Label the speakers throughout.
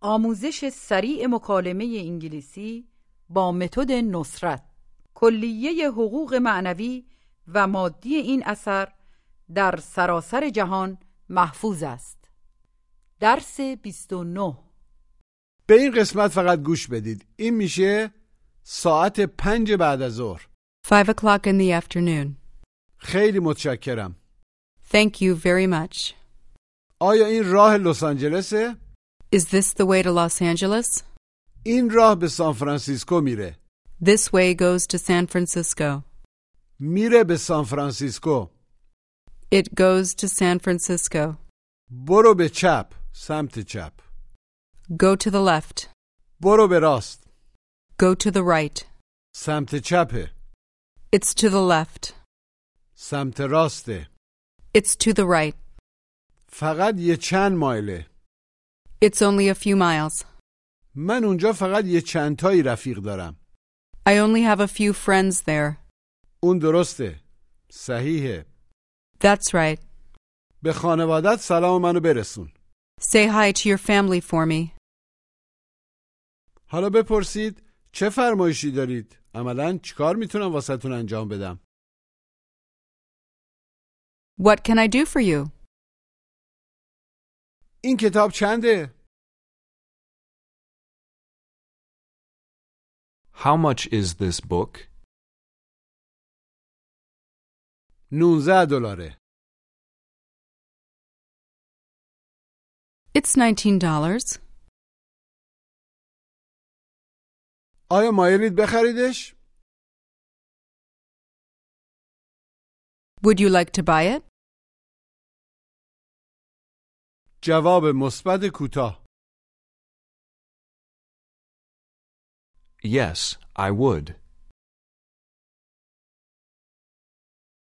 Speaker 1: آموزش سریع مکالمه انگلیسی با متد نصرت کلیه حقوق معنوی و مادی این اثر در سراسر جهان محفوظ است درس 29
Speaker 2: به این قسمت فقط گوش بدید این میشه ساعت پنج بعد از ظهر
Speaker 3: Five o'clock in the afternoon.
Speaker 2: خیلی متشکرم
Speaker 3: Thank you very much.
Speaker 2: آیا این راه لس آنجلسه
Speaker 3: Is this the way to Los Angeles?
Speaker 2: این راه به سان فرانسیسکو میره
Speaker 3: This way goes to San Francisco.
Speaker 2: میره به سان فرانسیسکو
Speaker 3: It goes to San Francisco.
Speaker 2: برو به چپ سمت چپ
Speaker 3: Go to the left.
Speaker 2: برو به راست
Speaker 3: Go to the right.
Speaker 2: سمت چپه
Speaker 3: It's to the left.
Speaker 2: سمت راسته
Speaker 3: It's to the right.
Speaker 2: فقط یه چند مایله
Speaker 3: It's only a few miles.
Speaker 2: من اونجا فقط یه چند تایی رفیق دارم
Speaker 3: I only have a few friends there.
Speaker 2: اون درسته صحیحه
Speaker 3: That's right.
Speaker 2: به خانوادت سلام منو برسون
Speaker 3: Say hi to your family for me.
Speaker 2: حالا بپرسید چه فرمایشی دارید عملا چیکار میتونم واسهتون انجام بدم
Speaker 3: What can I do for you?
Speaker 2: این کتاب چنده
Speaker 4: How much is this book?
Speaker 2: 19 دلاره
Speaker 3: It's $19.
Speaker 2: آیا مایلید بخریدش
Speaker 3: Would you like to buy it?
Speaker 2: جواب مثبت کوتاه
Speaker 4: Yes, I would.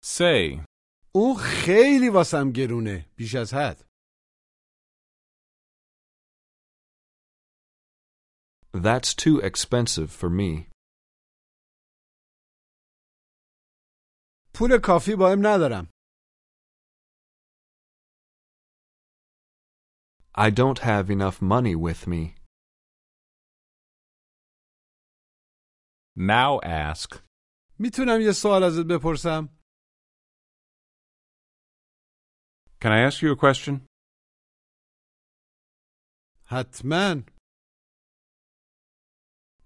Speaker 5: Say,
Speaker 2: اون خیلی واسم گرونه بیش از حد
Speaker 4: That's too expensive for me.
Speaker 2: پول کافی با هم ندارم
Speaker 4: I don't have enough money with me.
Speaker 5: now ask.
Speaker 2: میتونم یه سوال ازت بپرسم
Speaker 5: Can I ask you a question?
Speaker 2: حتما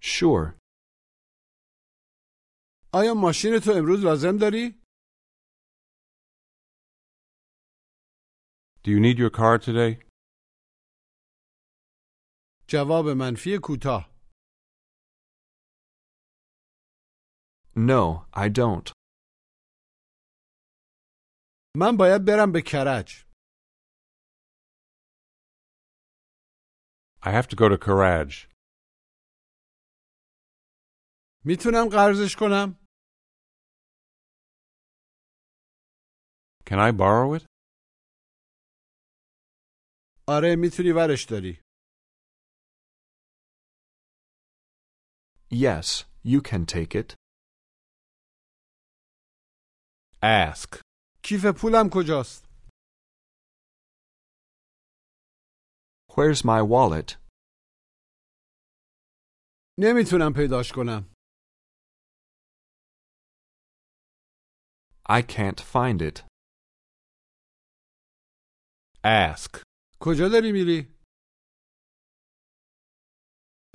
Speaker 4: Sure.
Speaker 2: آیا ماشین تو امروز لازم داری؟
Speaker 5: Do you need your car today?
Speaker 2: جواب منفی کوتاه
Speaker 4: No, I don't.
Speaker 2: من باید برم به کرج
Speaker 5: I have to go to Karaj.
Speaker 2: میتونم قرضش کنم؟
Speaker 5: Can I borrow it?
Speaker 2: آره میتونی ورش داری
Speaker 4: Yes, you can take it.
Speaker 5: Ask.
Speaker 2: کیف پولم کجاست؟
Speaker 4: Where's my wallet?
Speaker 2: نمیتونم پیداش کنم
Speaker 4: I can't find it.
Speaker 5: Ask.
Speaker 2: کجا داری میری؟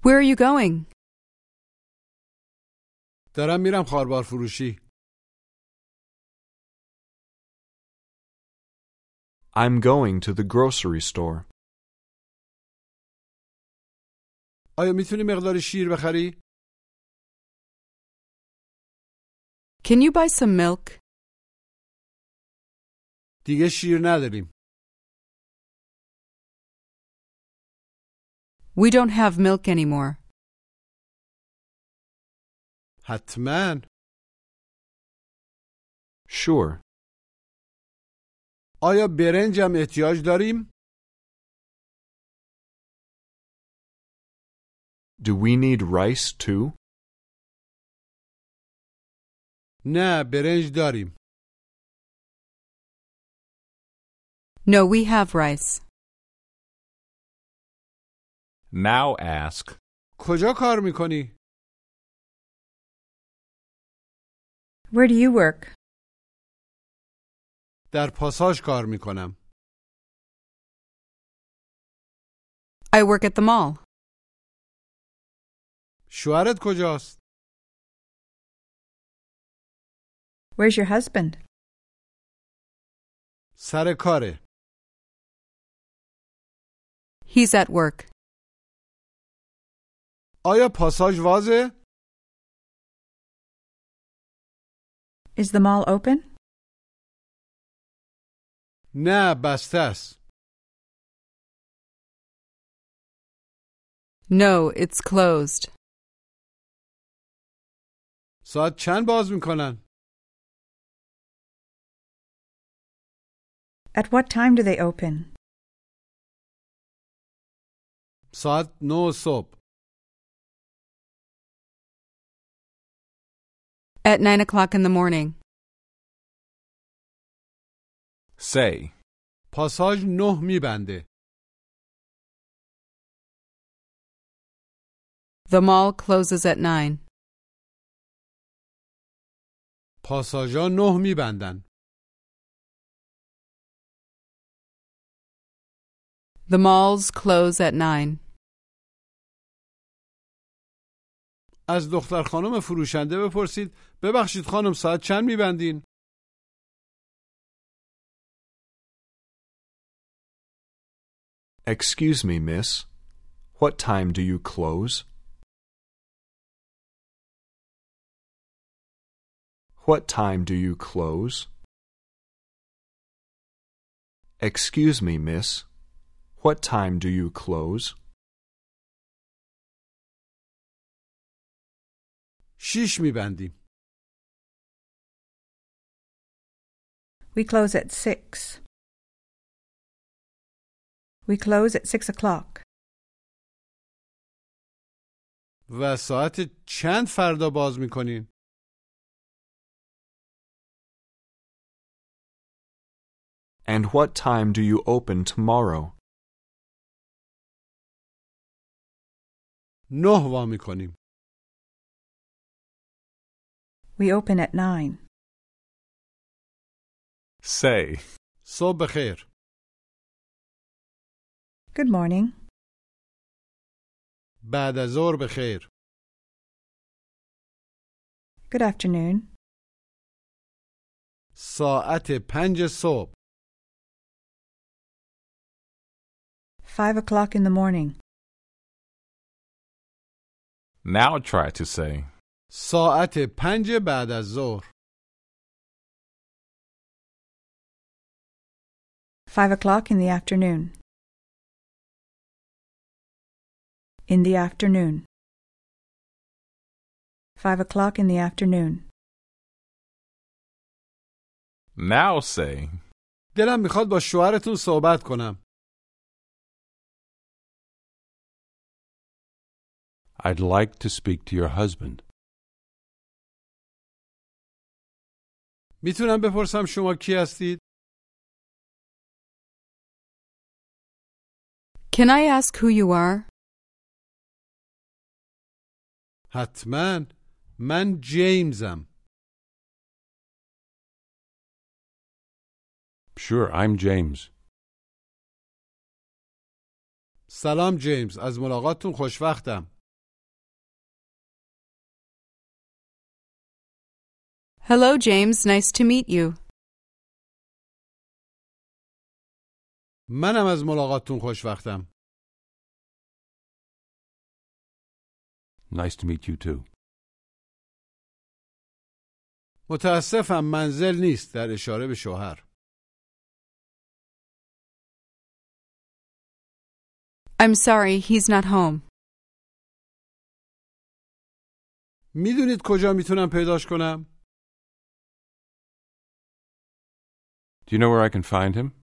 Speaker 3: Where are you going?
Speaker 2: دارم میرم خاربار فروشی
Speaker 4: I'm going to the grocery store.
Speaker 2: آیا میتونی مقداری شیر بخری؟
Speaker 3: Can you buy some milk?
Speaker 2: دیگه شیر نداریم
Speaker 3: We don't have milk anymore.
Speaker 2: حتما
Speaker 4: Sure.
Speaker 2: آیا برنجم احتیاج داریم؟
Speaker 4: Do we need rice too?
Speaker 2: نه برنج داریم
Speaker 3: No, we have rice.
Speaker 5: Now ask.
Speaker 2: کجا کار میکنی؟
Speaker 6: Where do you work?
Speaker 2: در پاساژ کار میکنم.
Speaker 3: I work at the mall.
Speaker 2: شوهرت کجاست؟
Speaker 6: Where's your husband?
Speaker 2: سر کاره.
Speaker 3: He's at work.
Speaker 2: آیا پاساژ وازه؟
Speaker 6: Is the mall open?
Speaker 2: نه بسته است.
Speaker 3: No, it's closed.
Speaker 2: ساعت چند باز میکنن؟
Speaker 6: At what time do they open?
Speaker 2: ساعت نه صبح.
Speaker 3: At nine o'clock in the morning.
Speaker 5: Say.
Speaker 2: پاساژ نه میبنده.
Speaker 3: The mall closes at nine.
Speaker 2: پاساژا نه میبندن.
Speaker 3: The malls close at nine.
Speaker 2: از دختر خانم فروشنده بپرسید ببخشید خانم ساعت چند میبندین؟
Speaker 4: Excuse me, miss. What time do you close? What time do you close? Excuse me, miss. What time do you close?
Speaker 2: شیش میبندیم.
Speaker 6: We close at six. We close at six o'clock.
Speaker 2: و ساعت چند فردا باز میکنین؟
Speaker 4: And what time do you open tomorrow?
Speaker 2: نه وا میکنیم.
Speaker 6: We open at nine.
Speaker 5: Say.
Speaker 2: صبح بخیر.
Speaker 6: Good morning.
Speaker 2: بعد از ظهر بخیر.
Speaker 6: Good afternoon.
Speaker 2: ساعت پنج صبح.
Speaker 6: Five o'clock in the morning.
Speaker 5: Now try to say.
Speaker 2: ساعت پنج بعد از ظهر.
Speaker 6: Five o'clock in the afternoon. In the afternoon. Five o'clock in the afternoon.
Speaker 5: Now say.
Speaker 2: دلم میخواد با شوهرتون صحبت کنم.
Speaker 5: I'd like to speak to your husband.
Speaker 2: میتونم بپرسم شما کی هستید؟
Speaker 3: Can I ask who you are?
Speaker 2: حتما من جیمزم.
Speaker 5: Sure, I'm James.
Speaker 2: سلام جیمز از ملاقاتتون خوشوقتم.
Speaker 3: Hello, James. Nice to meet you.
Speaker 2: منم از ملاقاتتون خوشوقتم.
Speaker 5: Nice to meet you too.
Speaker 2: متاسفم منزل نیست در اشاره به شوهر.
Speaker 3: I'm sorry, he's not home.
Speaker 2: میدونید کجا میتونم پیداش کنم؟
Speaker 5: Do you know where I can find him?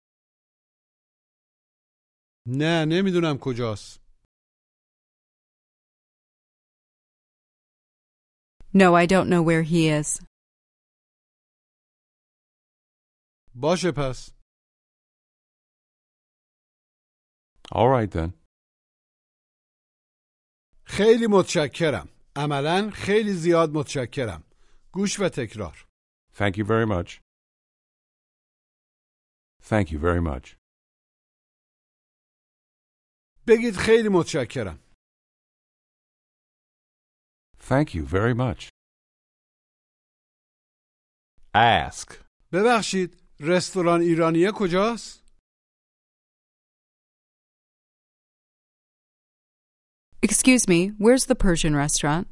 Speaker 2: نه نمیدونم کجاست.
Speaker 3: No, I don't know where he is.
Speaker 2: باشه پس.
Speaker 5: All right then.
Speaker 2: خیلی متشکرم. عملا خیلی زیاد متشکرم. گوش و تکرار.
Speaker 5: Thank you very much. Thank you very much.
Speaker 2: بگید خیلی متشکرم.
Speaker 5: Thank you very much.
Speaker 4: Ask.
Speaker 2: ببخشید رستوران ایرانیه کجاست؟
Speaker 3: Excuse me, where's the Persian restaurant?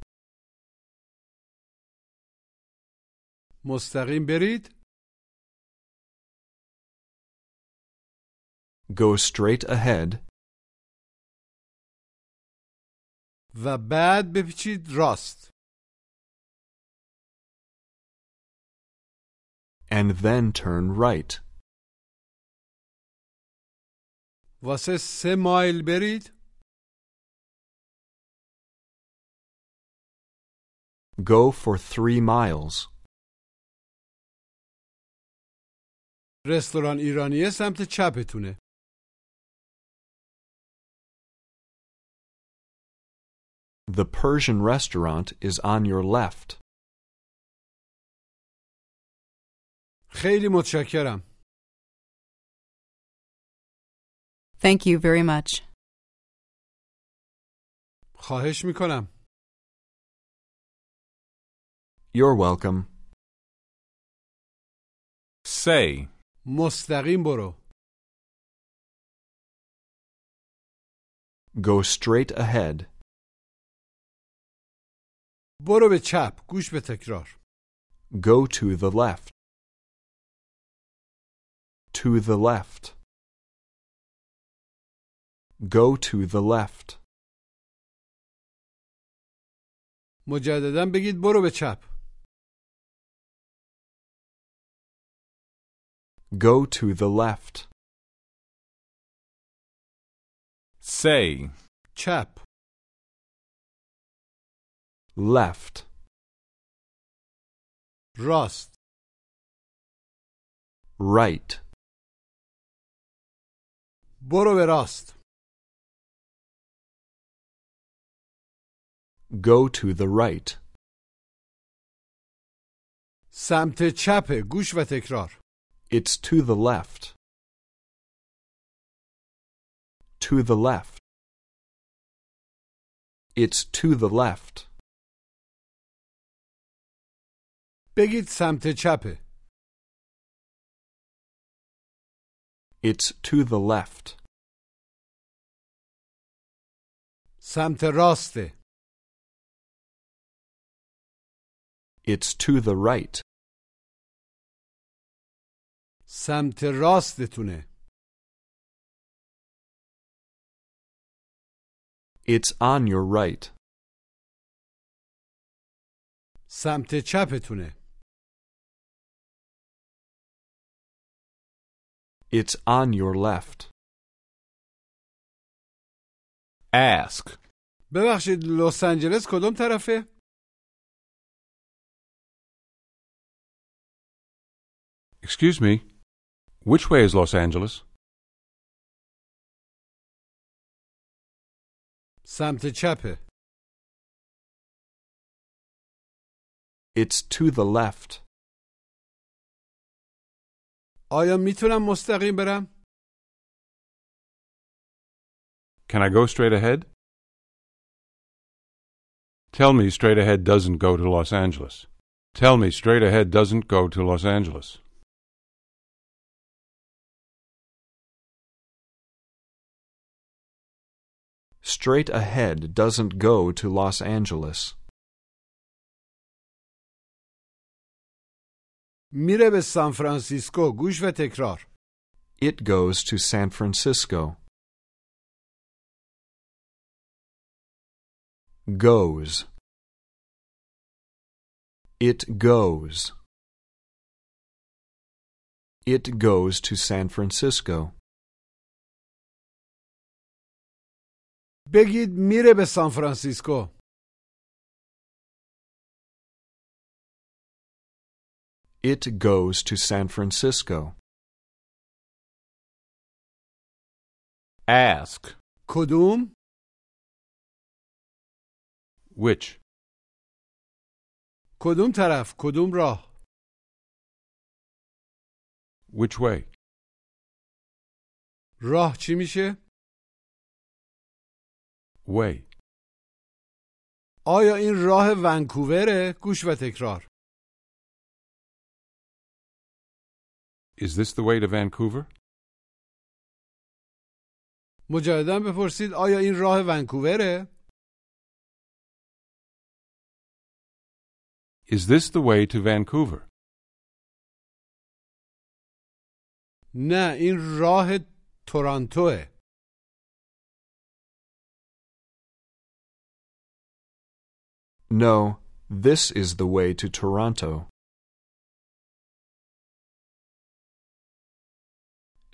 Speaker 2: مستقیم برید؟
Speaker 4: Go straight ahead
Speaker 2: و بعد بپیچید راست.
Speaker 4: and then turn right.
Speaker 2: واسه سه مایل برید؟
Speaker 4: Go for three miles.
Speaker 2: رستوران ایرانیه سمت چپتونه.
Speaker 4: The Persian restaurant is on your left.
Speaker 2: خیلی متشکرم.
Speaker 3: Thank you very much.
Speaker 2: خواهش میکنم.
Speaker 4: You're welcome.
Speaker 7: Say.
Speaker 2: مستقیم برو.
Speaker 4: Go straight ahead.
Speaker 2: برو به چپ. گوش به تکرار.
Speaker 4: Go to the left. To the left. Go to the left.
Speaker 2: مجددا بگید برو به چپ.
Speaker 4: Go to the left.
Speaker 7: Say.
Speaker 2: چپ.
Speaker 4: Left.
Speaker 2: راست.
Speaker 4: Right.
Speaker 2: برو به راست.
Speaker 4: Go to the right.
Speaker 2: سمت چپ. گوش و تکرار.
Speaker 4: It's to the left. To the left. It's to the left.
Speaker 2: بگید سمت چپه.
Speaker 4: It's to the left.
Speaker 2: سمت راسته.
Speaker 4: It's to the right.
Speaker 2: سمت راستتونه.
Speaker 4: It's on your right.
Speaker 2: سمت چپتونه.
Speaker 4: It's on your left.
Speaker 7: Ask.
Speaker 2: ببخشید لس آنجلس کدوم طرفه؟
Speaker 5: Excuse me. Which way is Los Angeles?
Speaker 2: سمت چپه.
Speaker 4: It's to the left.
Speaker 2: آیا میتونم مستقیم برم؟
Speaker 5: Can I go straight ahead? Tell me straight ahead doesn't go to Los Angeles. Tell me straight ahead doesn't go to Los Angeles.
Speaker 4: Straight ahead doesn't go to Los Angeles.
Speaker 2: میره به سان فرانسیسکو. گوش و تکرار.
Speaker 4: It goes to San Francisco. Goes. It goes. It goes to San Francisco.
Speaker 2: بگید میره به سان فرانسیسکو.
Speaker 4: It goes to San Francisco.
Speaker 7: Ask.
Speaker 2: کدوم؟
Speaker 5: Which?
Speaker 2: کدوم طرف کدوم راه
Speaker 5: Which way?
Speaker 2: راه چی میشه
Speaker 5: Way.
Speaker 2: آیا این راه ونکووره گوش و تکرار
Speaker 5: Is this the way to Vancouver?
Speaker 2: مجددا بپرسید آیا این راه ونکووره
Speaker 5: Is this the way to Vancouver?
Speaker 2: نه این راه تورانتوه
Speaker 4: No, this is the way to Toronto.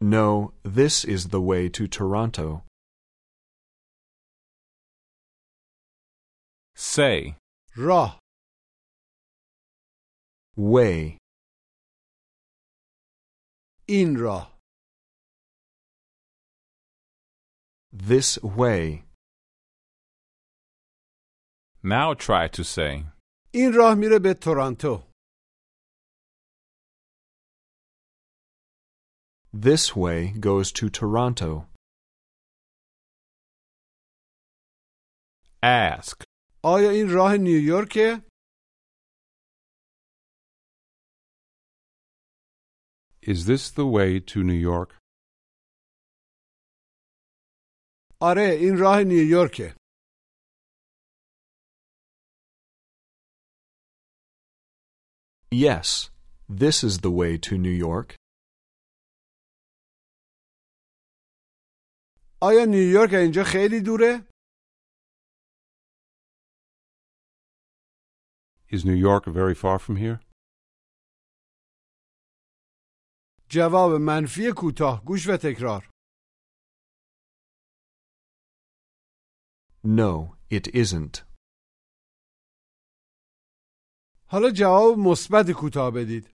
Speaker 4: No, this is the way to Toronto.
Speaker 7: say,
Speaker 2: راه
Speaker 4: Way.
Speaker 2: این راه
Speaker 4: This way.
Speaker 7: now try to say,
Speaker 2: این راه میره به تورانتو
Speaker 4: This way goes to Toronto.
Speaker 7: ask,
Speaker 2: آیا این راه نیویورکه
Speaker 5: Is this the way to New York?
Speaker 2: آره این راه نیویورکه
Speaker 4: Yes, this is the way to New York.
Speaker 2: آیا نیویورک از اینجا خیلی دوره
Speaker 5: Is New York very far from here?
Speaker 2: جواب منفی کوتاه گوش و تکرار
Speaker 4: No, it isn't.
Speaker 2: حالا جواب مثبت کوتاه بدید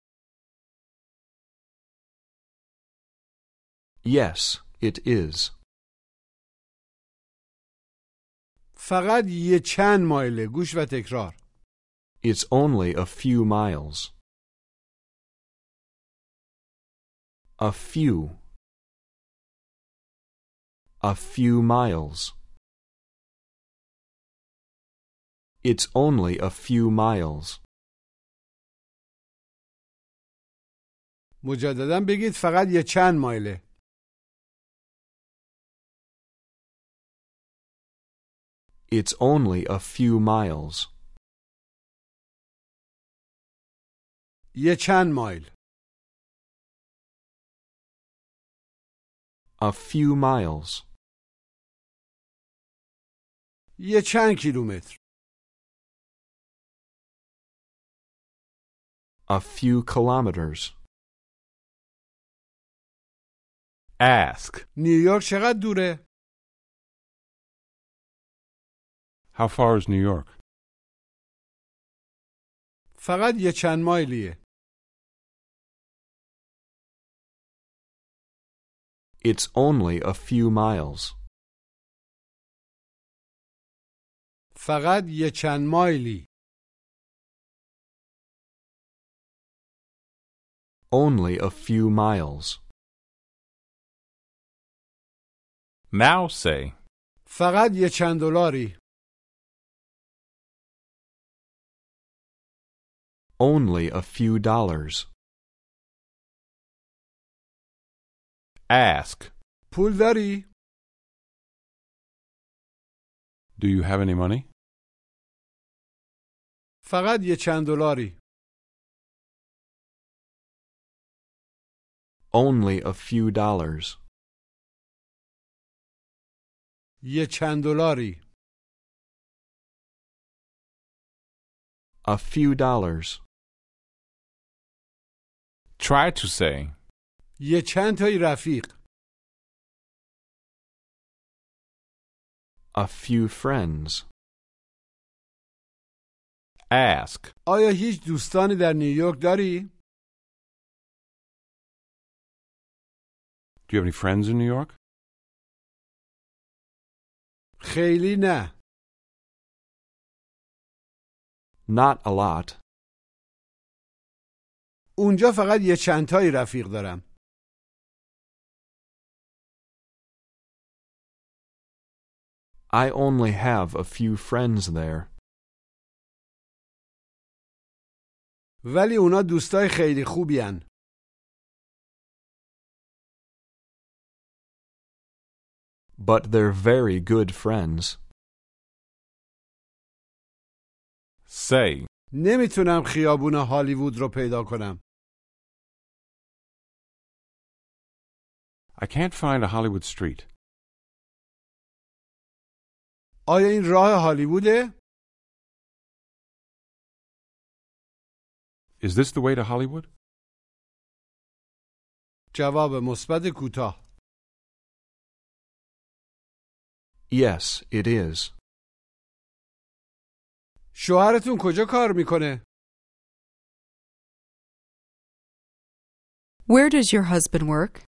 Speaker 4: Yes, it is.
Speaker 2: فقط یه چند مایله گوش و تکرار
Speaker 4: It's only a few miles. A few. A few miles. It's only a few miles.
Speaker 2: مجددا بگید فقط یه چند مایله
Speaker 4: It's only a few miles.
Speaker 2: یه چند مایل
Speaker 4: A few miles.
Speaker 2: یه چند کیلومتر
Speaker 4: A few kilometers.
Speaker 7: ask,
Speaker 2: نیویورک چقدر دوره
Speaker 5: How far is New York?
Speaker 2: فقط یه چند مایلیه
Speaker 4: It's only a few miles.
Speaker 2: فقط یه چند مایلی
Speaker 4: Only a few miles.
Speaker 7: now say,
Speaker 2: فقط یه چند دلاری
Speaker 4: Only a few dollars.
Speaker 7: ask,
Speaker 2: پول داری
Speaker 5: Do you have any money?
Speaker 2: فقط یه چند دلاری
Speaker 4: Only a few dollars.
Speaker 2: یه چند دلاری
Speaker 4: A few dollars.
Speaker 7: try to say,
Speaker 2: یه چند تایی رفیق
Speaker 4: A few friends.
Speaker 7: ask,
Speaker 2: آیا هیچ دوستانی در نیویورک داری
Speaker 5: Do you have any friends in New York?
Speaker 2: خیلی نه
Speaker 4: Not a lot.
Speaker 2: اونجا فقط یه چندتایی رفیق دارم.
Speaker 4: I only have a few friends there,
Speaker 2: ولی اونا دوستای خیلی خوبی هن.
Speaker 4: but they're very good friends.
Speaker 7: Say.
Speaker 2: نمیتونم خیابون هالیوود رو پیدا کنم.
Speaker 5: I can't find a Hollywood street.
Speaker 2: آیا این راه هالیووده؟
Speaker 5: Is this the way to Hollywood?
Speaker 2: جواب مثبت کوتاه.
Speaker 4: Yes, it is.
Speaker 2: شوهرتون کجا کار میکنه؟
Speaker 3: Where does your husband work?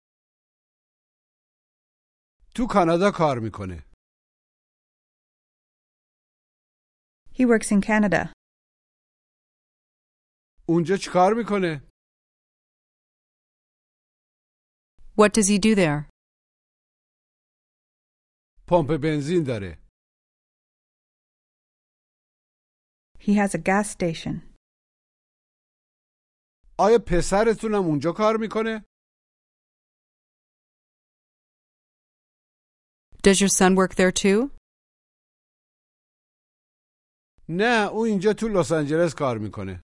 Speaker 2: تو کانادا کار میکنه.
Speaker 6: He works in Canada.
Speaker 2: اونجا چیکار میکنه؟
Speaker 3: What does he do there?
Speaker 2: پمپ بنزین داره.
Speaker 6: He has a gas station.
Speaker 2: آیا پسرتونم اونجا کار میکنه؟
Speaker 3: Does your son work there too?
Speaker 2: نه، او اینجا تو لس آنجلس کار میکنه.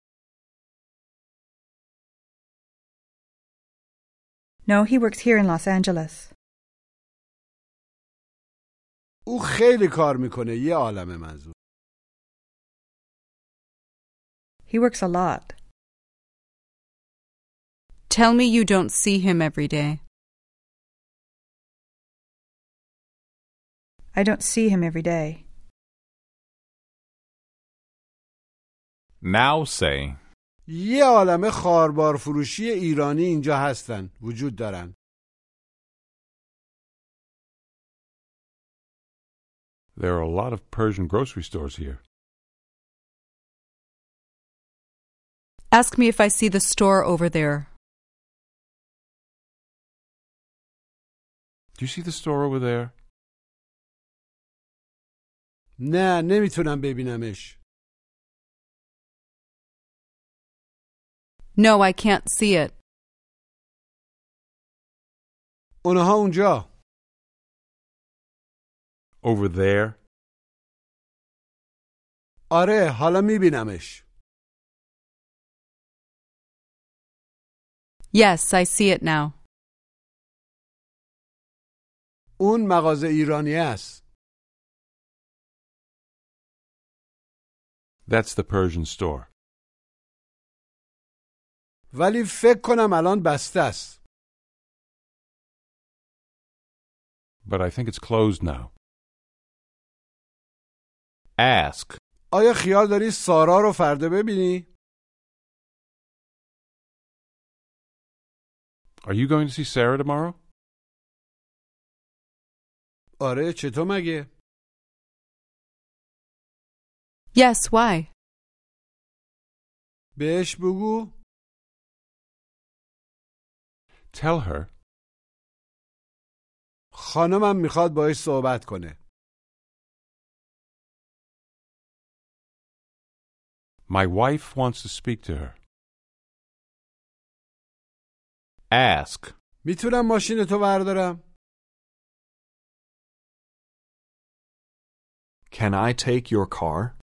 Speaker 6: No, he works here in Los Angeles.
Speaker 2: او خیلی کار میکنه، یه عالم منظور.
Speaker 6: He works a lot.
Speaker 3: Tell me you don't see him every day.
Speaker 6: I don't see him every day.
Speaker 7: Now say.
Speaker 2: یه عالم خاربار فروشی ایرانی اینجا هستن، وجود دارن.
Speaker 5: There are a lot of Persian grocery stores here.
Speaker 3: Ask me if I see the store over there.
Speaker 5: Do you see the store over there?
Speaker 2: نه، نمیتونم ببینمش.
Speaker 3: No, I can't see it.
Speaker 2: اونها اونجا.
Speaker 5: Over there?
Speaker 2: آره، حالا میبینمش.
Speaker 3: Yes, I see it now.
Speaker 2: اون مغازه ایرانی است.
Speaker 5: That's the Persian store.
Speaker 2: ولی فکر کنم الان بسته است.
Speaker 5: But I think it's closed now.
Speaker 7: Ask.
Speaker 2: آیا خیال داری سارا رو فردا ببینی؟
Speaker 5: Are you going to see Sarah tomorrow?
Speaker 2: آره، چطور مگه؟
Speaker 3: Yes, why?
Speaker 2: بهش بگو
Speaker 5: Tell her
Speaker 2: خانمم میخواد باهاش صحبت کنه.
Speaker 5: my wife wants to speak to her.
Speaker 7: Ask.
Speaker 2: میتونم ماشین تو بردارم؟
Speaker 4: Can I take your car?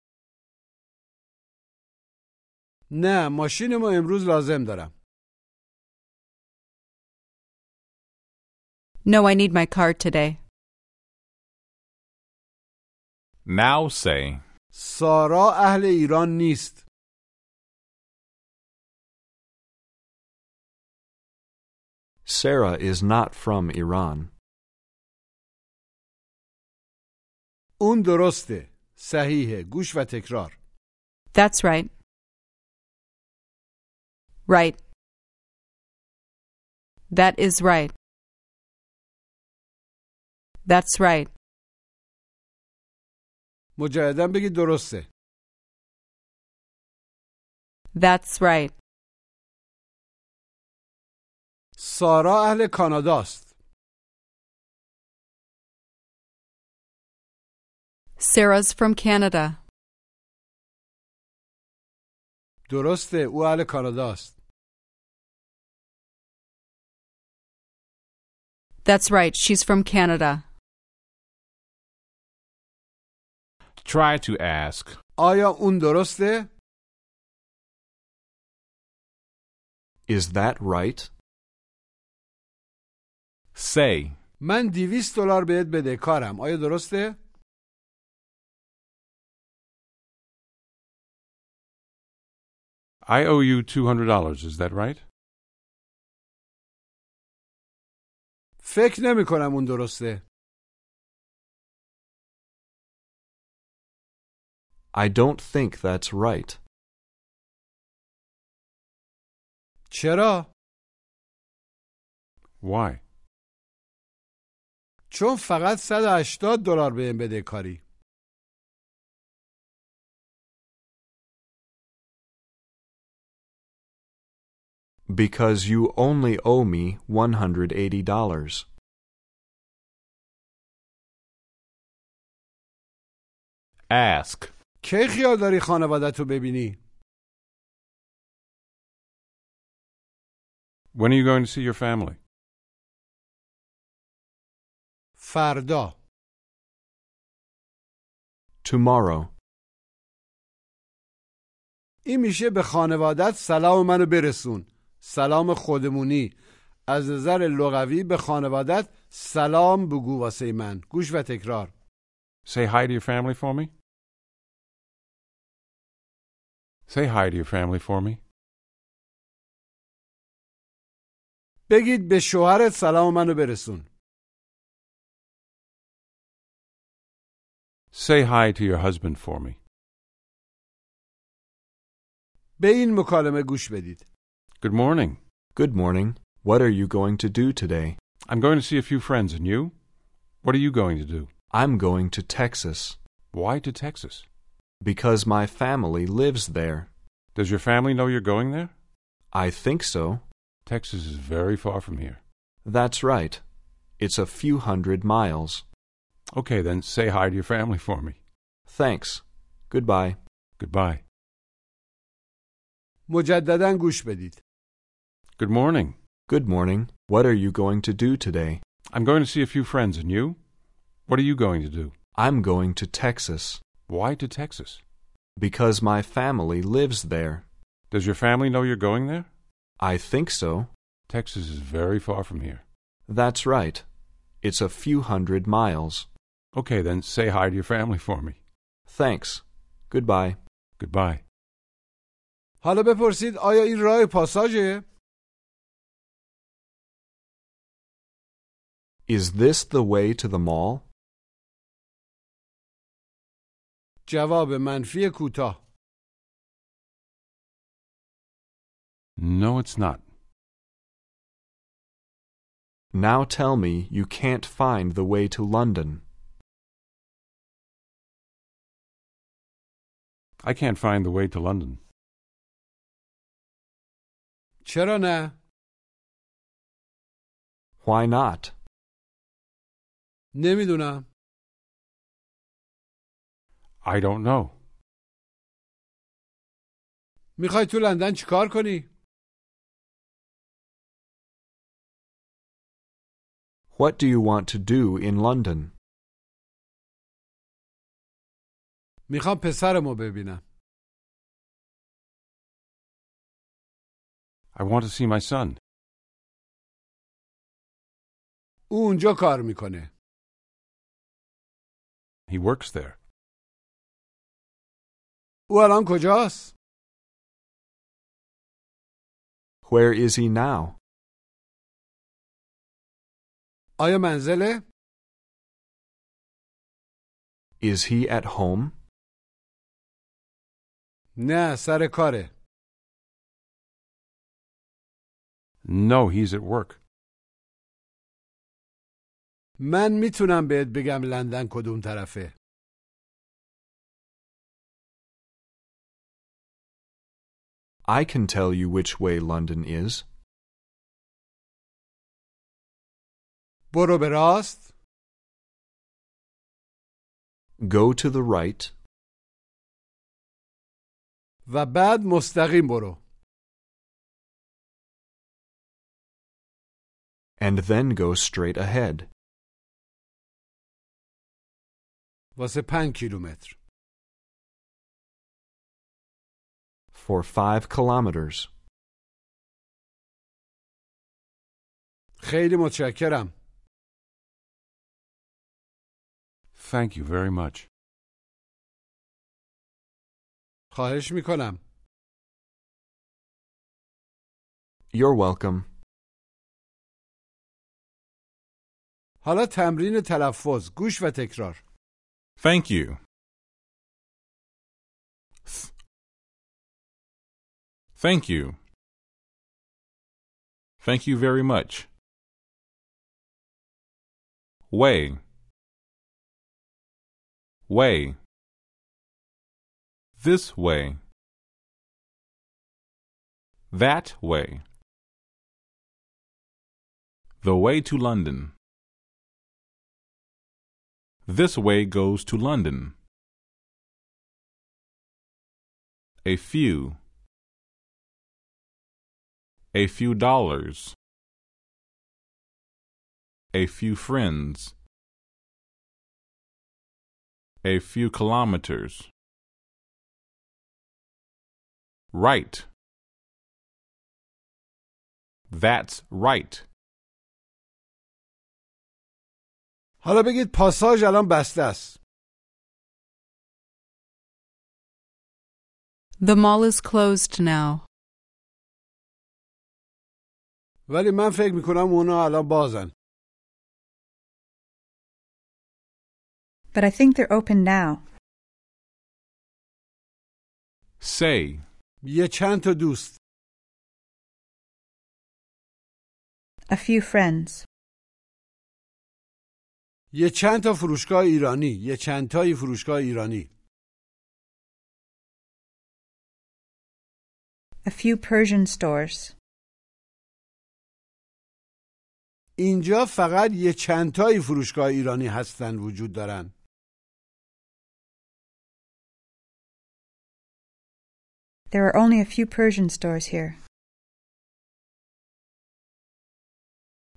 Speaker 2: نه، ماشین ما امروز لازم دارم.
Speaker 3: No, I need my car today.
Speaker 7: Now say.
Speaker 2: سارا اهل ایران نیست.
Speaker 4: Sarah is not from Iran.
Speaker 2: اون درسته. صحیحه. گوش و تکرار.
Speaker 3: That's right. Right. That is right. That's right.
Speaker 2: مجددا بگی درسته.
Speaker 3: That's right.
Speaker 2: سارا اهل کاناداست.
Speaker 3: Sarah's from Canada.
Speaker 2: درسته او اهل کاناداست.
Speaker 3: That's right. She's from Canada.
Speaker 7: Try to ask.
Speaker 2: آیا اون درسته؟
Speaker 4: Is that right?
Speaker 7: Say.
Speaker 2: من دیویست دلار بهت بده کارم. آیا درسته؟
Speaker 5: I owe you $200, is that right?
Speaker 2: فکر نمی کنم اون درسته.
Speaker 4: I don't think that's right.
Speaker 2: چرا؟
Speaker 5: Why?
Speaker 2: چون فقط 180 دلار بهم بده کاری.
Speaker 4: Because you only owe me $180.
Speaker 7: Ask.
Speaker 2: کی خیال داری خانوادت رو ببینی؟
Speaker 5: When are you going to see your family?
Speaker 2: فردا.
Speaker 4: Tomorrow.
Speaker 2: این میشه به خانوادت سلام منو برسون سلام خودمونی از نظر لغوی به خانوادت سلام بگو واسه من گوش و تکرار
Speaker 5: Say hi to your family for me. Say hi to your family for me.
Speaker 2: بگید به شوهرت سلام منو برسون
Speaker 5: Say hi to your husband for me.
Speaker 2: به این مکالمه گوش بدید
Speaker 5: Good morning.
Speaker 4: Good morning. What are you going to do today?
Speaker 5: I'm going to see a few friends, and you? What are you going to do?
Speaker 4: I'm going to Texas
Speaker 5: Why to Texas?
Speaker 4: because my family lives there.
Speaker 5: Does your family know you're going there?
Speaker 4: I think so.
Speaker 5: Texas is very far from here.
Speaker 4: That's right. It's a few hundred miles.
Speaker 5: Okay, then say hi to your family for me.
Speaker 4: Thanks. Goodbye.
Speaker 5: Goodbye.
Speaker 2: مجددا گوش بدید
Speaker 5: Good morning.
Speaker 4: Good morning. What are you going to do today?
Speaker 5: I'm going to see a few friends, and you? What are you going to do?
Speaker 4: I'm going to Texas
Speaker 5: Why to Texas?
Speaker 4: because my family lives there.
Speaker 5: Does your family know you're going there?
Speaker 4: I think so.
Speaker 5: Texas is very far from here.
Speaker 4: That's right. It's a few hundred miles.
Speaker 5: Okay, then say hi to your family for me.
Speaker 4: Thanks. Goodbye.
Speaker 5: Goodbye.
Speaker 2: حالا بپرسید آیا این راه پاساژه
Speaker 4: Is this the way to the mall?
Speaker 2: جواب منفی کوتاه
Speaker 5: No, it's not.
Speaker 4: Now tell me you can't find the way to London.
Speaker 5: I can't find the way to London
Speaker 2: چرا نه
Speaker 4: Why not?
Speaker 2: نمیدونم
Speaker 5: I don't know.
Speaker 2: میخوای تو لندن چیکار کنی
Speaker 4: What do you want to do in London?
Speaker 2: میخوام پسرمو ببینم
Speaker 5: I want to see my son.
Speaker 2: او اونجا کار میکنه
Speaker 5: He works there.
Speaker 2: او الان کجاست
Speaker 4: Where is he now?
Speaker 2: آیا منزله
Speaker 4: Is he at home?
Speaker 2: نه سر کاره
Speaker 5: No, he's at work.
Speaker 2: من میتونم بهت بگم لندن کدوم طرفه
Speaker 4: I can tell you which way London is.
Speaker 2: برو به راست
Speaker 4: Go to the right
Speaker 2: و بعد مستقیم برو
Speaker 4: and then go straight ahead.
Speaker 2: واسه پنج کیلومتر
Speaker 4: For five kilometers.
Speaker 2: خیلی متشکرم
Speaker 5: Thank you very much.
Speaker 2: خواهش میکنم
Speaker 4: You're welcome.
Speaker 2: حالا تمرین تلفظ گوش و تکرار
Speaker 7: Thank you. Th- Thank you. Thank you very much. Way. Way. This way. That way. The way to London. This way goes to London. A few. A few dollars. A few friends. A few kilometers. Right. That's right.
Speaker 2: حالا بگید پاساژ الان بسته است
Speaker 3: The mall is closed now,
Speaker 2: ولی من فکر میکنم اونا الان بازن
Speaker 6: But I think they're open now.
Speaker 7: Say.
Speaker 2: یه چند تا دوست
Speaker 6: A few friends.
Speaker 2: یه چند تا فروشگاه ایرانی یه چند تایی فروشگاه ایرانی
Speaker 6: A few Persian stores.
Speaker 2: اینجا فقط یه چند تایی فروشگاه ایرانی هستن وجود دارن
Speaker 6: There are only a few Persian stores here.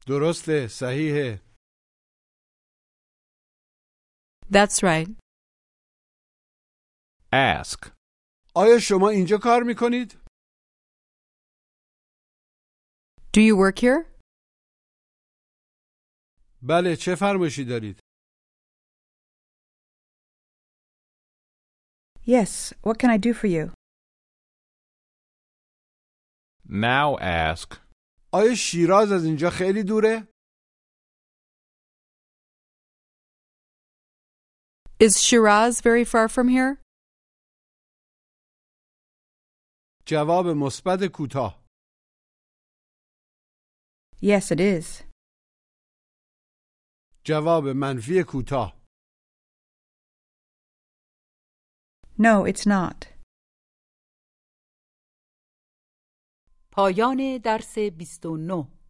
Speaker 2: درسته صحیحه
Speaker 3: that's right.
Speaker 7: Ask.
Speaker 2: آیا شما اینجا کار میکنید؟
Speaker 3: Do you work here?
Speaker 2: بله چه فرمایشی دارید؟
Speaker 6: Yes, what can I do for you?
Speaker 7: Now ask.
Speaker 2: آیا شیراز از اینجا خیلی دوره؟
Speaker 3: Is Shiraz very far from here?
Speaker 2: جواب مثبت کوتاه
Speaker 6: Yes, it is.
Speaker 2: جواب منفی کوتاه
Speaker 6: No, it's not.
Speaker 1: پایان درس 29